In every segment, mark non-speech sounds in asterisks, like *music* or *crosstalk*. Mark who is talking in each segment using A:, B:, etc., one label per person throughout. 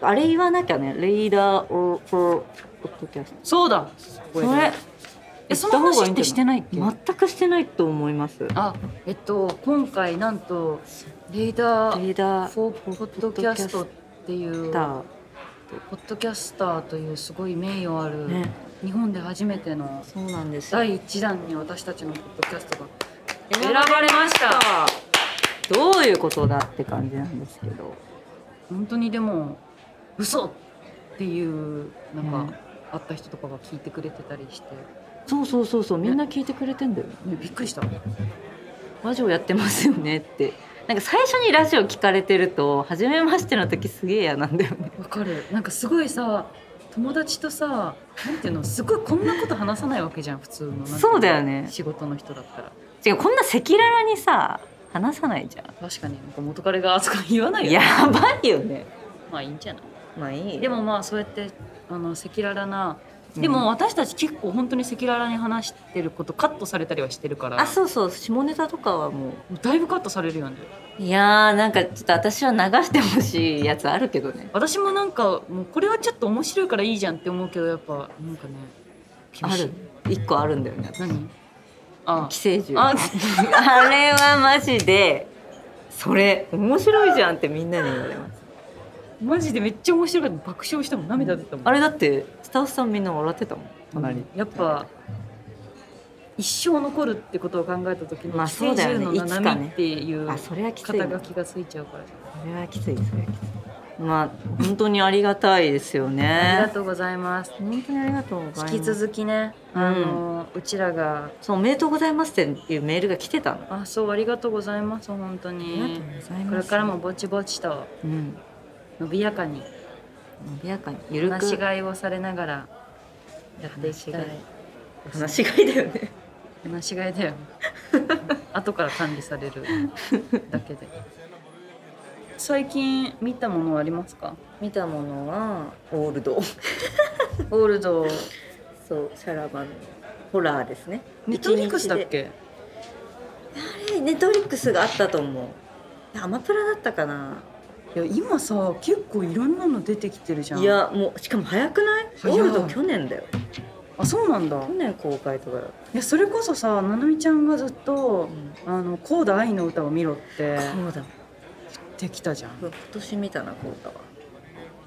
A: あれ言わなきゃねレイダーオーポーポッドキャスト
B: そうだ
A: こ
B: こ
A: れ
B: れねえその話ってしてないっけ、
A: 全くしてないと思います
B: あえっと今回なんとレーダー
A: レイダー
B: フォーポッドキャストっていうポッ
A: だ
B: ドキャスターというすごい名誉ある、
A: ね
B: 日本で初めての
A: そうなんですよ
B: 第1弾に私たちのポッドキャストが選ばれました
A: どういうことだって感じなんですけど
B: 本当にでも嘘っていうなんか、
A: ね
B: あった人とかが聞いてくれてたりして、
A: そうそうそうそうみんな聞いてくれてんだよね
B: ねびっくりした
A: ラジオやってますよねってなんか最初にラジオ聞かれてると初めましての時すげえ嫌なんだよね
B: わかるなんかすごいさ友達とさなんていうのすごいこんなこと話さないわけじゃん普通のなんていの
A: *laughs* そうだよね
B: 仕事の人だったら
A: 違うこんな赤裸々にさ話さないじゃ
B: 確かになんか元彼があそこ言わなんいよ
A: や
B: ね
A: ばいよね
B: まあいいんじゃない
A: まあいい
B: でもまあそうやってあの赤裸々な
A: うん
B: でも私たち結構本当に赤裸々に話してることカットされたりはしてるから
A: あそうそう下ネタとかはも
B: だいぶカットされるよね
A: ういやーなんかちょっと私は流してほしいやつあるけどね
B: 私もなんかもうこれはちょっと面白いからいいじゃんって思うけどやっぱなんかね厳
A: あ
B: しい
A: る一個あるんだよね
B: 何あ
A: 寄生獣
B: あ
A: あれはマジでそれ面白いじゃんってみんなに言われます
B: マジでめっちゃ面白かった爆笑したもん涙出たもん
A: あれだってスタッフさんみんな笑ってたもん隣、
B: やっぱ一生残るってことを考えた時に
A: まあそうだよね
B: 寄生獣の波っていう
A: あそれはきつい
B: 肩
A: な
B: 書きがついちゃうから
A: それはきついそれはきついまあ本当にありがたいですよ
B: あり
A: ね
B: がとうございます
A: 本当にありがとうございま
B: 引
A: す
B: き続きねあのうちらが
A: そうおめでとうございますっていうメールが来てたのあ
B: あそうありがとうございます本当
A: りがと
B: に
A: うございます
B: これからもぼちぼちと
A: うん
B: 伸びやかに
A: 伸びやかにゆるく
B: 話しがいをされながらやっていきたい
A: 話しがいだよね
B: 話しがいだよ *laughs* 後から管理されるだけで最近見たものはありますか
A: 見たものはオールド
B: オールド
A: そうシャラバのホラーですね
B: ネットフリックスだっ
A: 一日で
B: け
A: あれネットフリックスがあったと思ういやアマプラだったかない
B: や今さ結構いろんなの出てきてるじゃん
A: いやもうしかも早くない
B: 早い
A: オールド去年だよ
B: あそうなんだ
A: 去年公開とかだ、
B: いやそれこそさななみちゃんがずっと
A: うん、
B: 「あのコーダ愛の歌を
A: *laughs*
B: 見ろ」って
A: そうだ
B: できたじゃん
A: 今年見たな効果は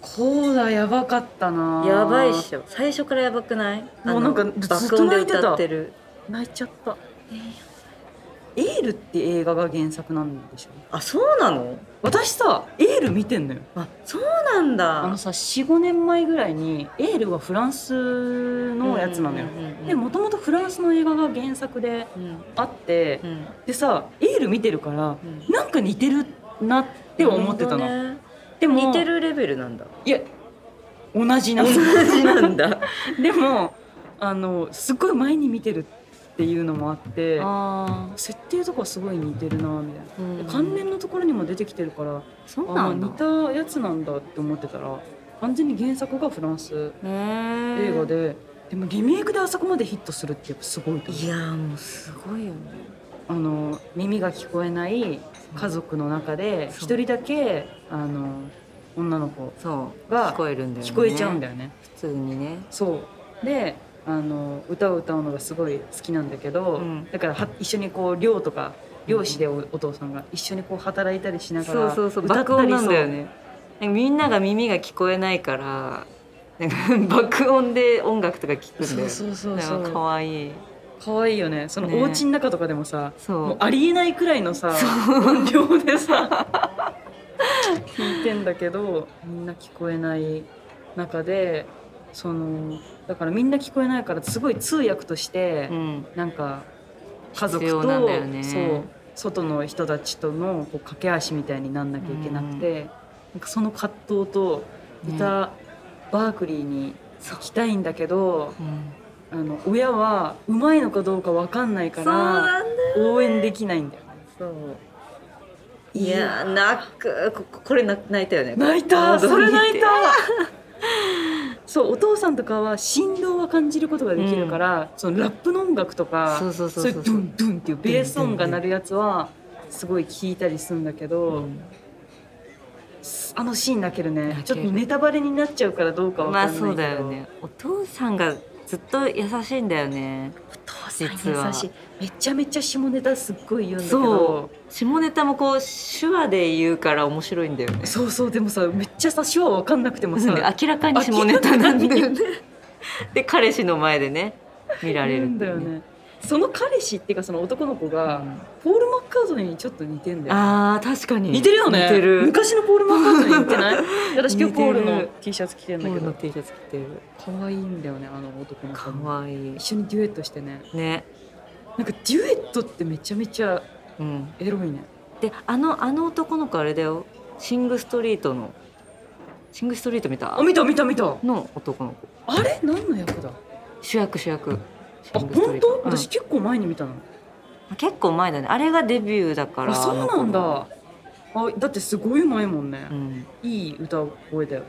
B: コーダやばかったな
A: やばいっしょ最初からやばくない
B: もうなんか
A: あの
B: ず
A: 爆
B: ずっと
A: 音で
B: 泣いてた
A: 歌ってる
B: 泣いちゃったエールって映画が原作なんでしょ
A: あそうなの
B: 私さエール見てんのよ
A: あそうなん
B: あの
A: だ
B: さ45年前ぐらいにエールはフランスのやつなのよ
A: うんうんうんうん
B: でもともとフランスの映画が原作で
A: うん
B: あって
A: うん
B: でさエール見てるから
A: うんっ
B: なんか似てるなっては思ってたの、で
A: で
B: も
A: も似てるレベルなんだ
B: いや同じなの
A: 同じなんだ
B: *laughs* でもあのすごい前に見てるっていうのもあって
A: *laughs* あ
B: 設定とかすごい似てるなみたいな
A: あ、うん
B: で関連のところにも出てきてるから
A: そう
B: あ
A: なんだ
B: 似たやつなんだって思ってたら完全に原作がフランス
A: 映
B: 映画で、でもリメイクであそこまでヒットするってやっぱすごいと思う
A: いやーもうすごいよね
B: あの耳が聞こえない家族の中で
A: そう
B: 一人だけあの女の子
A: そう
B: が
A: 聞こえるんだよね
B: 聞こえちゃうんだよね。
A: 普通にね
B: そうであの歌を歌うのがすごい好きなんだけど、
A: うん
B: だからは一緒にこう寮とか漁師でお,、父さんが一緒にこう働いたりしなが
A: そ
B: ら
A: うそうそう
B: 歌
A: 爆
B: っ
A: 音
B: たり
A: なんだよねなんかみんなが耳が聞こえないからなんか *laughs* 爆音で音楽とか聞くんだ
B: そ
A: よ
B: うそうそう
A: な
B: そ
A: んか
B: う
A: 可愛い
B: 可愛いよねその
A: ね
B: お家の中とかでもさ、
A: そ
B: もう
A: う
B: ありえないくらいのさ音量でさ聞いてんだけどみんな聞こえない中でそのだからみんな聞こえないからすごい通訳として、
A: うん
B: なんか家族
A: 必
B: と
A: 要なんだよね
B: そう外の人たちとのこう駆け足みたいになんなきゃいけなくて、なんかその葛藤と
A: ね
B: 歌、バークリーに行きたいんだけど
A: うん
B: あの親はうまいのかどうかわかんない
A: そう
B: から
A: なんだよ
B: 応援できないんだよ。
A: そういやー泣くここれ泣泣いたよね
B: 泣いた
A: 王道
B: それ
A: に行っ
B: 泣
A: て
B: いた *laughs* そうお父さんとかは振動は感じることができるから、そのラップの音楽とか
A: そうそうそうそう
B: そういうドゥンドゥンっていうベース音が鳴るやつはすごい聞いたりするんだけど、
A: うん
B: あのシーン泣けるね
A: 泣
B: ち
A: け
B: ょ
A: る
B: っとネタバレになっちゃうからどうかわ
A: ま
B: かん
A: あ
B: ないけど、
A: そうだよねお父さんがずっと優しいんだよね
B: お父さん
A: 実は
B: 優しいめちゃめちゃ下ネタすっごい言うんだけ
A: そ
B: ど
A: 下ネタもこう手話で言うから面白いんだよね
B: そうそうでもさめっちゃさ手話わかんなくても
A: なんで
B: さ
A: *laughs* 明らかに下ネタなんだよね *laughs* で彼氏の前でね見られ
B: 言
A: る
B: うんだよねその彼氏っていうかその男の子が、ポール・マッカートニーにちょっと似てんだよ
A: あー確かに
B: 似てるよね
A: 似てる
B: 昔のポール・マッカートニー似てない
A: *laughs*
B: 私今日ポール
A: 似て
B: の
A: る
B: T シャツ着てんだ
A: ポー
B: け
A: ルの
B: ど
A: T シャツ着てる
B: 可愛いんだよねあの男の
A: か
B: 子
A: わいい
B: 一緒にデュエットしてね
A: ね
B: なんかデュエットってめちゃめちゃ
A: うん
B: エロいね
A: であのあの男の子あれだよシングストリートのシングストリート見た
B: あ見た見た見た
A: の男の子
B: あれ何の役だ
A: 主役主役シ
B: あ
A: ングスト
B: 本
A: リー
B: 当
A: ト、
B: 私結構前に見たの
A: うん結構前だねあれがデビューだから
B: あそうなんだあだってすごいうまいもんね
A: あの子、うん、
B: いい歌声だよね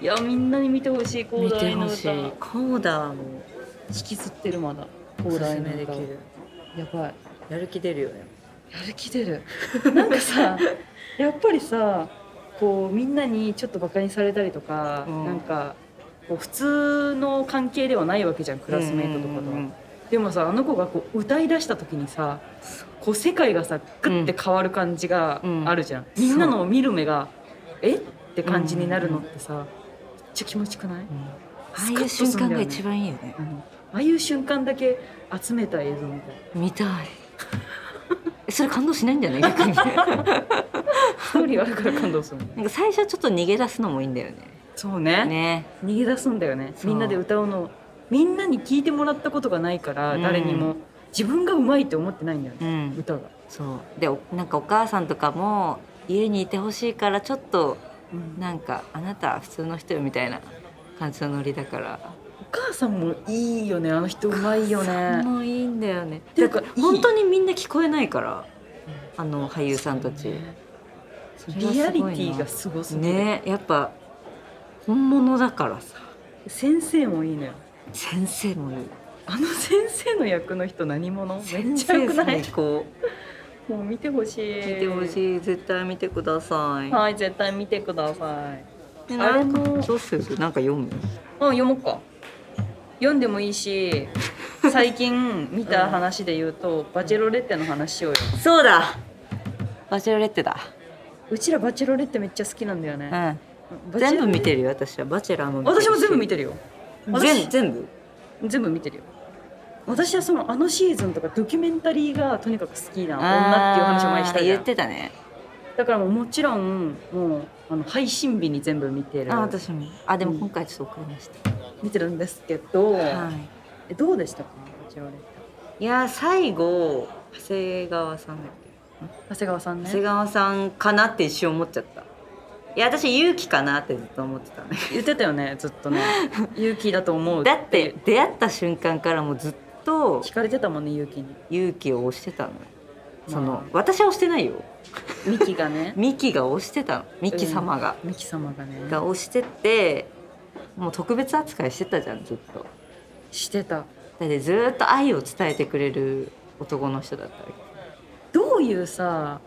B: いやみんなに見てほしい
A: 見
B: 広
A: て
B: 大の
A: ほ
B: 歌
A: しいコーダーも
B: 引きずってるまだ
A: お
B: 広
A: すす
B: 大
A: め
B: の
A: で
B: 歌
A: きる
B: やばい
A: やる気出るよね
B: やる気出るなんかさやっぱりさこうみんなにちょっとバカにされたりとか、
A: うん
B: なんかこう普通の関係ではないわけじゃんクラスメイトとか
A: う
B: とは、
A: んうんうん
B: でもさあの子がこう歌い出した時にさこう世界がさグッて変わる感じが
A: うん
B: あるじゃん、
A: うん
B: みんなの見る目がえって感じになるのってさ、めっちゃ気持ちよくない、
A: うんああ
B: ス
A: いう
B: カッとする
A: 瞬間
B: んだよね
A: が一番いいよね
B: あのああいう瞬間だけ集めた映像みたい
A: 見たい *laughs* えそれ感動しないんじゃない
B: *laughs*
A: 逆になんか
B: ストーリーあるから感動するの
A: 最初ちょっと逃げ出すのもいいんだよね
B: そうね
A: ね
B: 逃げ出すんだよね
A: そう
B: みんなで歌うのみんなに聞いてもらったことがないから、
A: うん
B: 誰にも自分がうまいって思ってないんだよ
A: う
B: ね、
A: ん
B: 歌が、
A: そうでおなんかお母さんとかも家にいてほしいからちょっとなんかあなた普通の人よみたいな感じのノリだから
B: お母さんもいいよねあの人うまいよね
A: もういいんだよね
B: てい
A: だ
B: うか
A: から
B: いい
A: 本当にみんな聞こえないから
B: うん
A: あの俳優さんたちそれが
B: リア
A: す
B: リテ
A: ごいな
B: ィがすごすぎる、
A: ねやっぱ本物だからさ
B: 先生もいいのよ
A: 先生もいい
B: あの先生の役の人何者めっ
A: 先
B: ちゃよ
A: 生
B: くない
A: 最高
B: もう見てほしい
A: 見てほしい絶対見てください
B: はい絶対見てください
A: でな
B: あれ
A: んか
B: も
A: どうするなんか読む
B: あ読もうか読んでもいいし最近見た話で言うと、バチェロレッテの話しようよ
A: そうだバチェロレッテだ
B: うちらバチェロレッテめっちゃ好きなんだよね、
A: う
B: バ
A: ん
B: チェ
A: 全
B: ロ
A: 部見てるよ私はバチェラーも見てるし
B: 私も全部見てるよ私
A: 全全部
B: 全部見てるよ私はそのあのシーズンとかドキュメンタリーがとにかく好きな女っていう話を前にした
A: あー
B: じゃ
A: 言っ
B: ん
A: てたね
B: だからもうもちろんもうあの配信日に全部見てる
A: あ私もあでも
B: うん
A: 今回ちょっと遅れました、
B: 見てるんですけど、
A: はい
B: えどうでしたかバチェロレッテ
A: いやー最後長谷川さんだっけ
B: 長谷川さん
A: 長谷
B: ね
A: 川さんかなって一瞬思っちゃったいや私勇気かなってずっと思って
B: *laughs*
A: たね
B: 言ってたよねずっ
A: *laughs*
B: とね勇気だと思う
A: だって出会った瞬間からもうずっと
B: 聞かれてたもんね勇気に
A: 勇気を押してたのよそ
B: まあ
A: の私は押してないよ
B: ミキ
A: *laughs*
B: がね
A: ミキが押してたのミキ様が、
B: ミキ様がね
A: が押してってもう特別扱いしてたじゃんずっと
B: してた
A: だってずーっと愛を伝えてくれる男の人だったわけ
B: どういうさ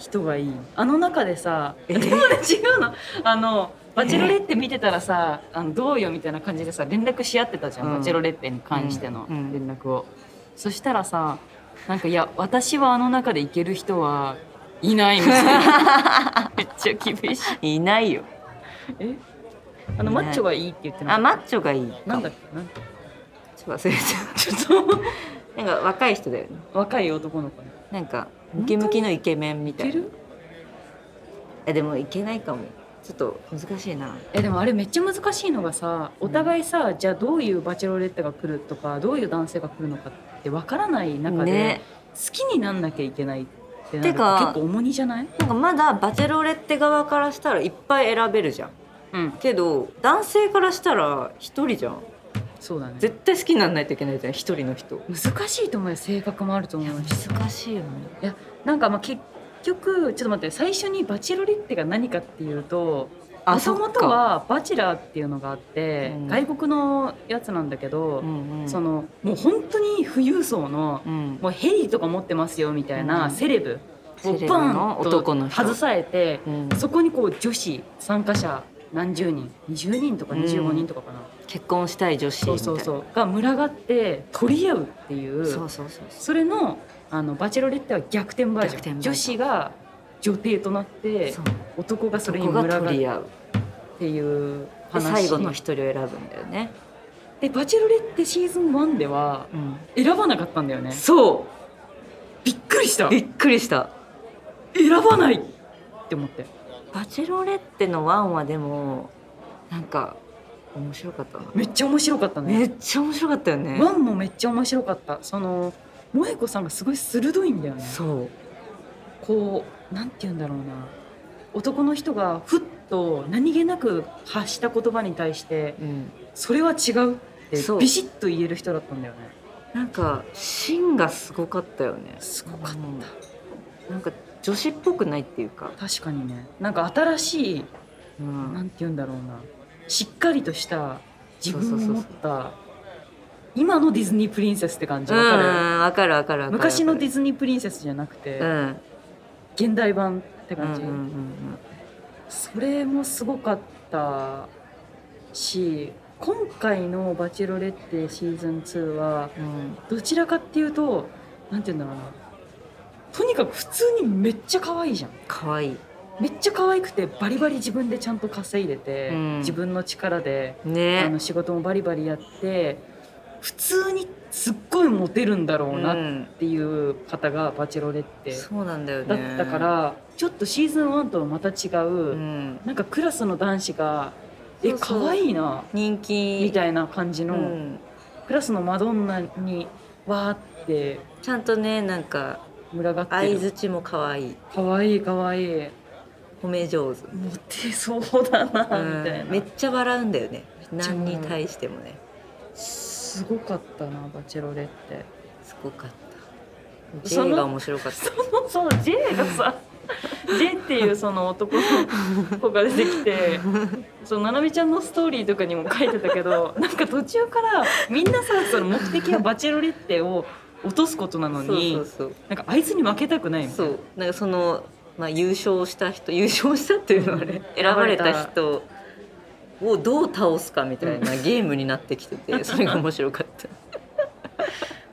B: 人がいいあの中でさ
A: え
B: でもね違うのあのバチェロレッテ見てたらさあのどうよみたいな感じでさ連絡し合ってたじゃん、
A: うん
B: バチェロレッテに関しての
A: うんうん
B: 連絡を、そしたらさなんかいや私はあの中でいける人はいないみたいな
A: *laughs*
B: めっちゃ厳しい
A: いないよ
B: えあの
A: いな
B: マ
A: い
B: ッチョがいいって言ってな
A: あ
B: い
A: マッチョがいい
B: なんだっ
A: ち
B: けなんだっ
A: ょっと忘れちゃ
B: けちょっ
A: うなんか若い人だよね
B: と若い男の子ね
A: なんかムキムキのイケメンみ
B: い
A: た
B: け
A: いな
B: る
A: えでもいけないかもちょっと難しいな
B: えでもあれめっちゃ難しいのがさお互いさ、じゃあどういうバチェロレッテが来るとかどういう男性が来るのかってわからない中で、
A: ね
B: 好きになんなきゃいけないってなる
A: て
B: と
A: か
B: 結構重荷じゃない、
A: なんかまだバチェロレッテ側からしたらいっぱい選べるじゃん
B: うん、
A: けど男性からしたら一人じゃん
B: そうだね
A: 絶対好きにならないといけないじゃん一人の人
B: 難しいと思うよ性格もあると思うし
A: 難しいよね
B: なんかまあ結局ちょっと待って最初にバチェロレッテが何かっていうと
A: あ
B: もともと、はバチェラーっていうのがあって、
A: うん
B: 外国のやつなんだけ
A: そ
B: ど
A: っか、うんうん、
B: そのもう本当に富裕層の
A: うん
B: もうヘリとか持ってますよみたいな
A: うん
B: セレブ
A: セ
B: こう
A: レブ
B: バ
A: の
B: ンと
A: 男の人
B: 外されて
A: うん、
B: そこにこう女子参加者何十人20人とか25人とかかな、
A: 結婚したい女子みた
B: そ
A: いうな
B: そうそうが群がって取り合うっていう
A: そうそうそうそ
B: それのあのバチェロレッテは逆転バージ
A: 逆
B: ョン
A: 転バージョン
B: 女子が女帝となって
A: う
B: 男がそれに
A: 男
B: 群が
A: が
B: っ
A: 取り合う
B: ていう
A: で
B: 話
A: 最後の一人を選ぶんだよね、
B: でバチェロレッテシーズン1では選ばなかったんだよね
A: そ
B: びっくりした
A: うびっくりした
B: 選ばないって思って
A: バチェロレッテのワンはでもなんか面白かったな
B: めっちゃ面白かった
A: め
B: ね
A: っちゃ面白かったよね
B: ワンもめっちゃ面白かったその萌子さんがすごい鋭いんだよね
A: そう
B: こうなんて言うんだろうな男の人がふっと何気なく発した言葉に対して
A: うん
B: それは違うって
A: そう
B: ビシッと言える人だったんだよね
A: なんか芯がすごかったよね
B: すごかった
A: うんなんか女子っぽくないっていうか、
B: 確かにねなんか新しい
A: うん
B: なんて言うんだろうなしっかりとした自分を
A: そうそう
B: 持
A: そ
B: っ
A: う
B: た今のディズニープリンセスって感じ
A: うん
B: わかる、
A: わかるわかるわかる
B: 昔のディ
A: ズ
B: ズニープリンセスじゃなくて、
A: うん
B: 現代版って
A: うん
B: 感
A: うん
B: じ、
A: うんうん
B: それもすごかったし今回の「バチェロレッテ」シーズン2は
A: うん
B: どちらかっていうとなんて言うんだろうなとにかく普通にめっちゃ可愛いじゃん
A: 可愛い
B: めっちゃ可愛くてバリバリ自分でちゃんと稼いでて、
A: うん
B: 自分の力であ
A: ね
B: の仕事もバリバリやって普通にすっごいモテるんだろうなっ
A: ん、
B: ていう方がバチェロレッテ
A: そうなんだよ
B: だ
A: ね
B: ったからちょっとシーズン1とはまた違う、
A: うん、
B: なんかクラスの男子が「え
A: そうそう
B: 可愛いな」
A: 人気
B: みたいな感じの、
A: うん
B: クラスのマドンナにわーって
A: ちゃんとねなんか
B: 群がって
A: 相
B: る
A: づちも可愛い
B: 可愛い可愛い
A: 褒め上手、
B: モテそうだな
A: うん
B: みたいな、
A: めっちゃ笑うんだよね
B: っちゃ笑
A: 何
B: う
A: に対してもね
B: すごかったなバチェロレって
A: すごかった
B: その
A: J が面白かった
B: そう J が *laughs* さ J っていうその男の子が出てきてそのななみちゃんのストーリーとかにも書いてたけ *laughs* どなんか途中からみんなさその目的はバチェロレッテを落とすことなのに
A: そうそうそう
B: なんかあいつに負けたくないみた
A: そ
B: いな
A: うなんかその、まあ、優勝した人優勝したっていうのはね
B: うん
A: 選ばれた人をどう倒すかみたいなゲームになってきててそれが面白かった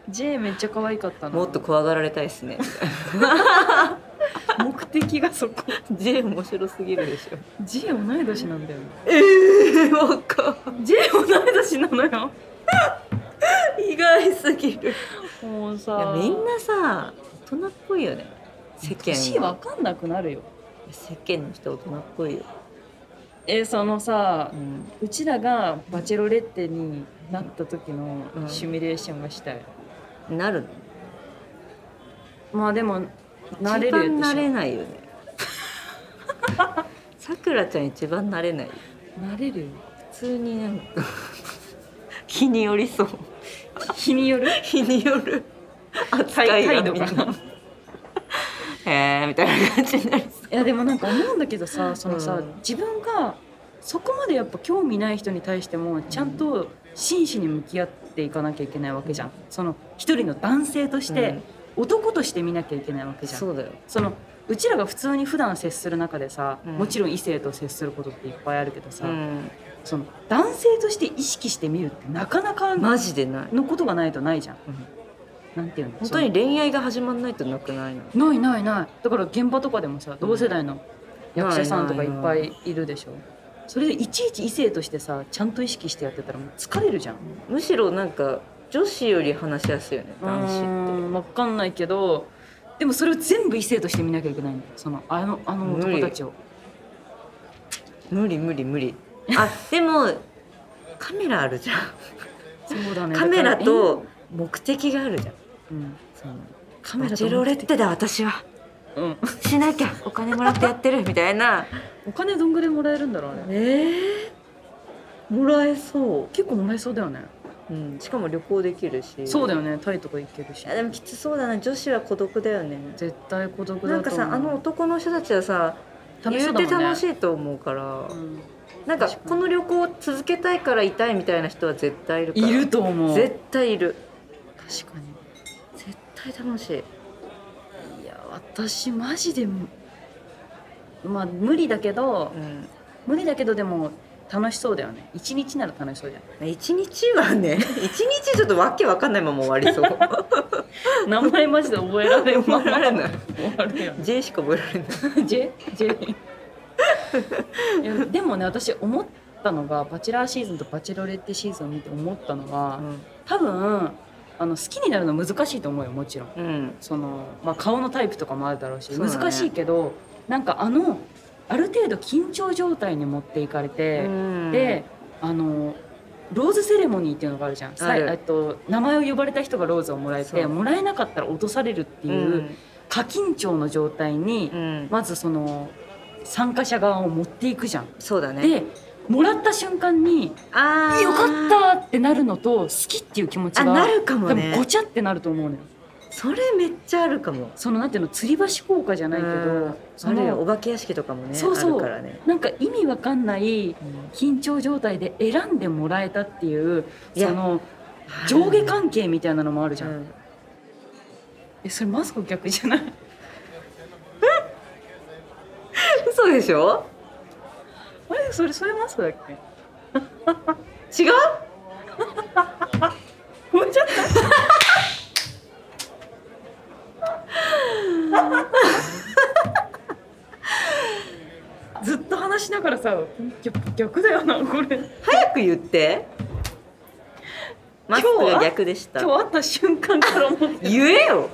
B: J めっちゃ可愛かったな
A: もっと怖がられたいですね
B: 目的がそ
A: *laughs*
B: こ
A: J 面白すぎるでしょ
B: J 同い年なんだよね
A: ええー、わか
B: J 同い年なのよ
A: 意外すぎる
B: もう
A: いや
B: さ
A: みんなさ大人っぽいよね世
B: 年
A: 間
B: わ
A: は
B: かんなくなるよ
A: 世間の人大人っぽいよ、
B: えそのさ
A: うん、
B: うちらがバチェロレッテになった時の
A: うん
B: シミュレーションがしたい、
A: なるの
B: まあでも慣れ
A: 一
B: る
A: 番
B: でしょ
A: なれないよね *laughs* さくらちゃん一番なれない
B: 慣れるよ
A: 普通になんか *laughs* 日によりそう
B: 日による
A: 日によ *laughs* る扱いが
B: 態
A: み
B: 度
A: んな
B: が
A: へえみたいな感じになりそう
B: いやでもなんか思うんだけどさそのさ、
A: うん
B: 自分がそこまでやっぱ興味ない人に対してもちゃんと真摯に向き合っていかなきゃいけないわけじゃんその一人の男性として、男として見なきゃいけないわけ
A: うん
B: じゃん
A: そうだよ
B: そのうちらが普通に普段接する中でさ、
A: うん
B: もちろん異性と接することっていっぱいあるけどさ、
A: うん
B: その男性として意識してみるってなかなか
A: マジでない、
B: のことがないとないじゃん。
A: うん
B: なんていうの
A: 本当に恋愛が始まんないとなくないの
B: そのないないないだから現場とかでもさ同世代の役者さんとかいっぱいいるでしょ。それでいちいち異性としてさちゃんと意識してやってたらもう疲れるじゃん。
A: むしろなんか女子より話しやすいよね男
B: う
A: 子って
B: ーんわかんないけどでもそれを全部異性として見なきゃいけないんだよそのあのあの男たちを。
A: 無理無理無
B: *laughs*
A: 理あでもカメラあるじゃん
B: そうだね
A: カメラ
B: だから
A: と目的があるじゃん
B: うん
A: その
B: カメ
A: バ
B: ラ
A: チ
B: と
A: ェロレッテだ私は
B: うん、
A: しなきゃお金もらってやってるみたいな
B: お金どんぐらいもらえるんだろうあれ
A: えー、もらえそ
B: 結構もらえそうだよね
A: う、うん、しかも旅行できるし
B: そうだ
A: よ
B: よねタイとか行けるし
A: でもきつそうだな女子は孤独だよね
B: 絶対孤独だと思う
A: なんかさあの男の人たちはさ、
B: 楽しそ
A: 言
B: う
A: う
B: だも
A: て
B: んね
A: 楽しいと思うから、
B: うん
A: なんか
B: 確かに
A: この旅行を続けたいからいたいみたいな人は絶対いるから
B: いると思う
A: 絶対いる
B: 確か
A: 絶対楽しい
B: にいや私マジでまあ無理だけど
A: うん
B: 無理だけどでも楽しそうだよね一日なら楽しそうじゃん
A: 一日は
B: *laughs*
A: ね一日ちょっとわけわかんないまま終わり *laughs* そう
B: 名前マジで覚えられんまま
A: 覚えられない
B: 終わるよね
A: J しか覚えられない
B: J? J? いやでもね私思ったのがバチェラーシーズンとバチェロレッテシーズンを見て思ったのは多分あの好きになるの難しいと思うよもちろん
A: うん、うん、
B: その、まあ、顔のタイプとかもあるだろうし
A: そうだね
B: 難しいけどなんかあのある程度緊張状態に持っていかれて、であのローズセレモニーっていうのがあるじゃん、さ
A: ある
B: えっと、名前を呼ばれた人がローズをもらえ
A: そう
B: てもらえなかったら落とされるって
A: う
B: いう、
A: ん
B: 過緊張の状態に、
A: うん
B: まずその参加者側を持っていくじゃん。
A: そうだね
B: でもらった瞬間に「
A: あー
B: よかった!」ってなるのと好きっていう気持ち
A: あ
B: が
A: なるかも
B: 多分
A: ね
B: ごちゃってなると思うのよ。
A: それめっちゃあるかも
B: そのなんていうの吊り橋効果じゃないけ
A: うん
B: ど
A: あ
B: そ
A: るよ
B: の
A: お化け屋敷とかもね
B: そうそ
A: あ
B: う
A: るからね、
B: なんか意味わかんな
A: う
B: い
A: ん
B: 緊張状態で選んでもらえたっていう
A: いや
B: その上下関係みたいなのもあるじゃん、
A: うん *laughs*
B: えそれマスコ逆じゃない *laughs*
A: 嘘でしょ
B: あれそれそれマスコだっけ
A: 違う
B: もうちょっ *laughs* とずっと話しながらさ逆逆だよなこれ
A: 早く言ってマスクが逆でした
B: 今日会った瞬間から思って
A: 言えよ